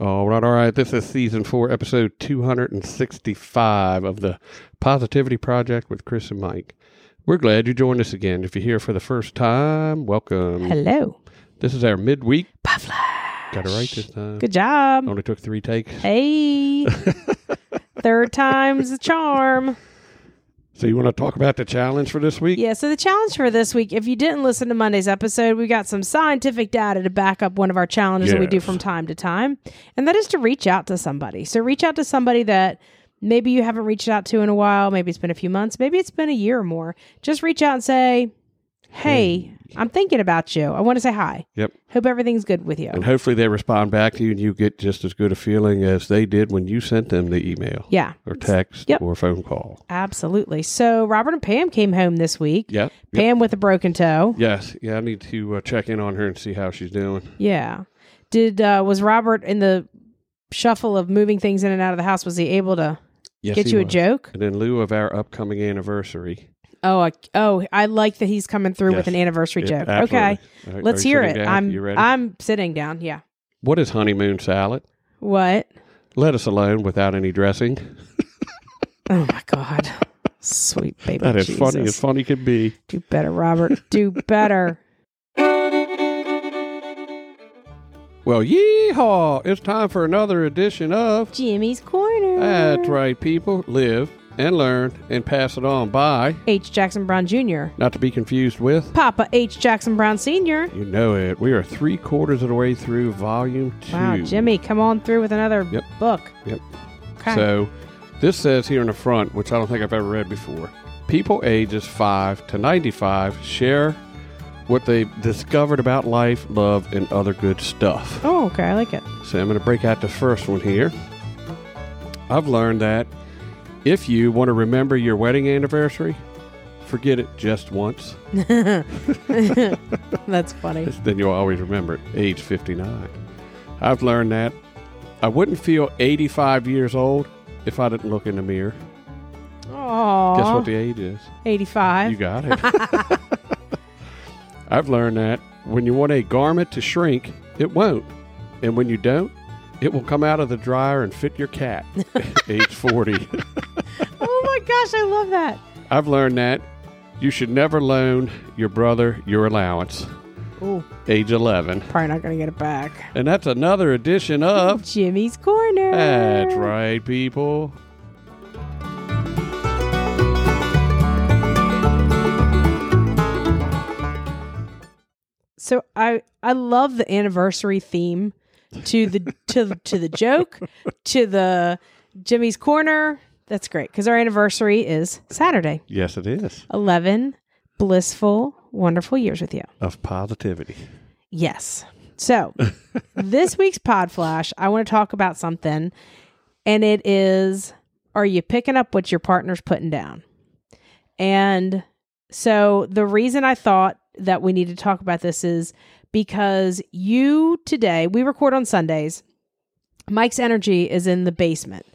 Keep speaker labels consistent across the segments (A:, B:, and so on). A: All right, all right. This is season four, episode 265 of the Positivity Project with Chris and Mike. We're glad you joined us again. If you're here for the first time, welcome.
B: Hello.
A: This is our midweek. Got it right this time.
B: Good job.
A: Only took three takes.
B: Hey. Third time's the charm.
A: So, you want to talk about the challenge for this week?
B: Yeah, so the challenge for this week, if you didn't listen to Monday's episode, we got some scientific data to back up one of our challenges that we do
A: Yes.
B: from time to time, and that is to reach out to somebody. So reach out to somebody that maybe you haven't reached out to in a while, maybe it's been a few months, maybe it's been a year or more. Just reach out and say, "Hey, I'm thinking about you. I want to say hi.
A: Yep.
B: Hope everything's good with you."
A: And hopefully they respond back to you and you get just as good a feeling as they did when you sent them the email
B: Yeah.
A: or text
B: Yep.
A: or phone call.
B: Absolutely. So Robert and Pam came home this week.
A: Yep. yep.
B: Pam with a broken toe.
A: Yes. Yeah, I need to uh, check in on her and see how she's doing.
B: Yeah. Did uh was Robert in the shuffle of moving things in and out of the house was he able to
A: Yes,
B: get
A: he
B: you a
A: was.
B: joke?
A: And in lieu of our upcoming anniversary,
B: Oh, I, oh, I like that he's coming through
A: Yes.
B: with an anniversary
A: Yeah,
B: joke.
A: absolutely.
B: Okay.
A: All right,
B: Let's
A: are you
B: hear it.
A: sitting down?
B: I'm
A: you ready?
B: I'm sitting down. Yeah.
A: what is honeymoon salad?
B: What?
A: Let us alone without any dressing.
B: Oh my god. Sweet baby
A: That is
B: Jesus.
A: funny as funny could be.
B: Do better, Robert. Do better.
A: Well, yeehaw! It's time for another edition of.
B: Jimmy's corner.
A: That's right, people. Live and learn and pass it on by.
B: H. Jackson Brown Jr.
A: Not to be confused with.
B: Papa H. Jackson Brown Sr.
A: You know it. We are three quarters of the way through volume two.
B: Wow, Jimmy, come on through with another
A: Yep.
B: book.
A: Yep.
B: Okay.
A: So, this says here in the front, which I don't think I've ever read before. People ages 5 to 95 share what they discovered about life, love, and other good stuff.
B: oh, okay, I like it.
A: So, I'm going to break out the first one here. I've learned that if you want to remember your wedding anniversary, forget it just once.
B: That's funny.
A: Then you'll always remember it. Age 59. I've learned that I wouldn't feel 85 years old if I didn't look in the mirror.
B: Oh,
A: Guess what the age is? You
B: 85.
A: got it. I've learned that when you want a garment to shrink, it won't. And when you don't, it will come out of the dryer and fit your cat. Age 40.
B: oh my gosh, I love that.
A: I've learned that you should never loan your brother your allowance.
B: Oh,
A: Age 11.
B: probably not going to get it back.
A: And that's another edition of
B: Jimmy's Corner.
A: That's Right, people.
B: So I I love the anniversary theme to the to the- to the joke, to the Jimmy's Corner. That's great cuz our anniversary is Saturday.
A: Yes, it is.
B: 11 blissful wonderful years with you.
A: Of positivity.
B: Yes. So this week's Pod Flash, I want to talk about something, and it is are you picking up what your partner's putting down? And so the reason I thought that we need to talk about this is because you today, we record on Sundays. Mike's energy is in the basement.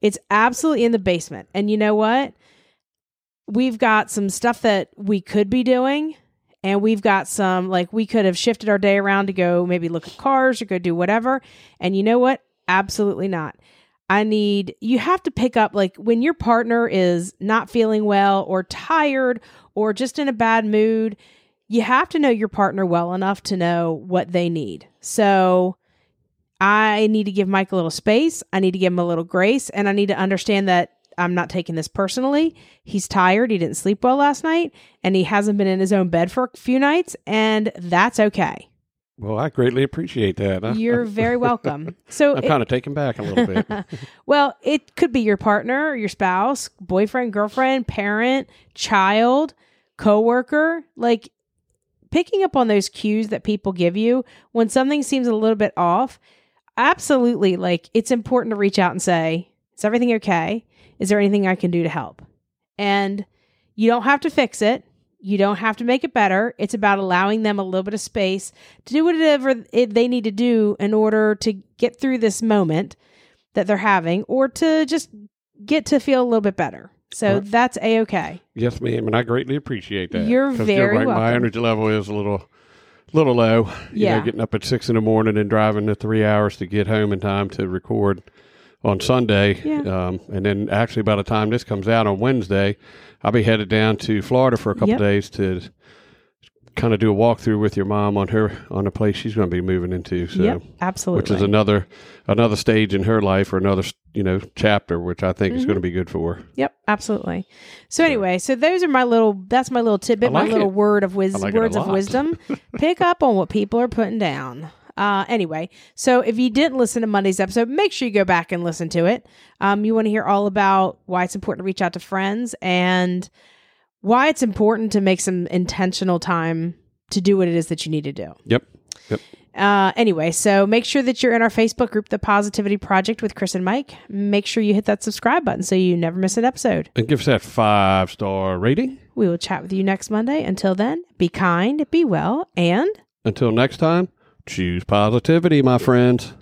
B: It's absolutely in the basement. And you know what? We've got some stuff that we could be doing and we've got some like we could have shifted our day around to go maybe look at cars or go do whatever and you know what absolutely not i need you have to pick up like when your partner is not feeling well or tired or just in a bad mood you have to know your partner well enough to know what they need so I need to give Mike a little space. I need to give him a little grace. And I need to understand that I'm not taking this personally. He's tired. He didn't sleep well last night. And he hasn't been in his own bed for a few nights. And that's okay.
A: Well, I greatly appreciate that. I-
B: You're very welcome. So,
A: I'm
B: it-
A: kind of taken back a little bit.
B: well, it could be your partner, your spouse, boyfriend, girlfriend, parent, child, coworker. Like picking up on those cues that people give you when something seems a little bit off. absolutely like it's important to reach out and say, is everything okay? Is there anything I can do to help? And you don't have to fix it. You don't have to make it better. It's about allowing them a little bit of space to do whatever it, they need to do in order to get through this moment that they're having or to just get to feel a little bit better. So
A: Right.
B: that's a okay.
A: Yes, ma'am, and I greatly appreciate that.
B: You're
A: 'Cause
B: very
A: right. My
B: welcome.
A: energy level is a little, little low. You
B: Yeah.
A: know, getting up at six in the morning and driving the three hours to get home in time to record on Sunday,
B: Yeah.
A: um, and then actually by the time this comes out on Wednesday, I'll be headed down to Florida for a couple
B: Yep.
A: days to kind of do a walkthrough with your mom on her on the place she's going to be moving into. So
B: yep, absolutely.
A: which is another another stage in her life or another you know chapter which i think is
B: Mm-hmm.
A: going to be good for her
B: Yep, absolutely. So anyway, so those are my little. That's my little tidbit,
A: I
B: my
A: like
B: little
A: it.
B: word of wisdom,
A: like it a
B: words of
A: lot.
B: wisdom. Pick up on what people are putting down. Uh, anyway, so if you didn't listen to Monday's episode, make sure you go back and listen to it. Um, you want to hear all about why it's important to reach out to friends and why it's important to make some intentional time to do what it is that you need to do.
A: yep yep
B: Uh, anyway, so make sure that you're in our Facebook group, The Positivity Project with Chris and Mike. Make sure you hit that subscribe button so you never miss an episode.
A: and give us that five star rating
B: We will chat with you next Monday. Until then, be kind, be well, and
A: until next time choose positivity my friends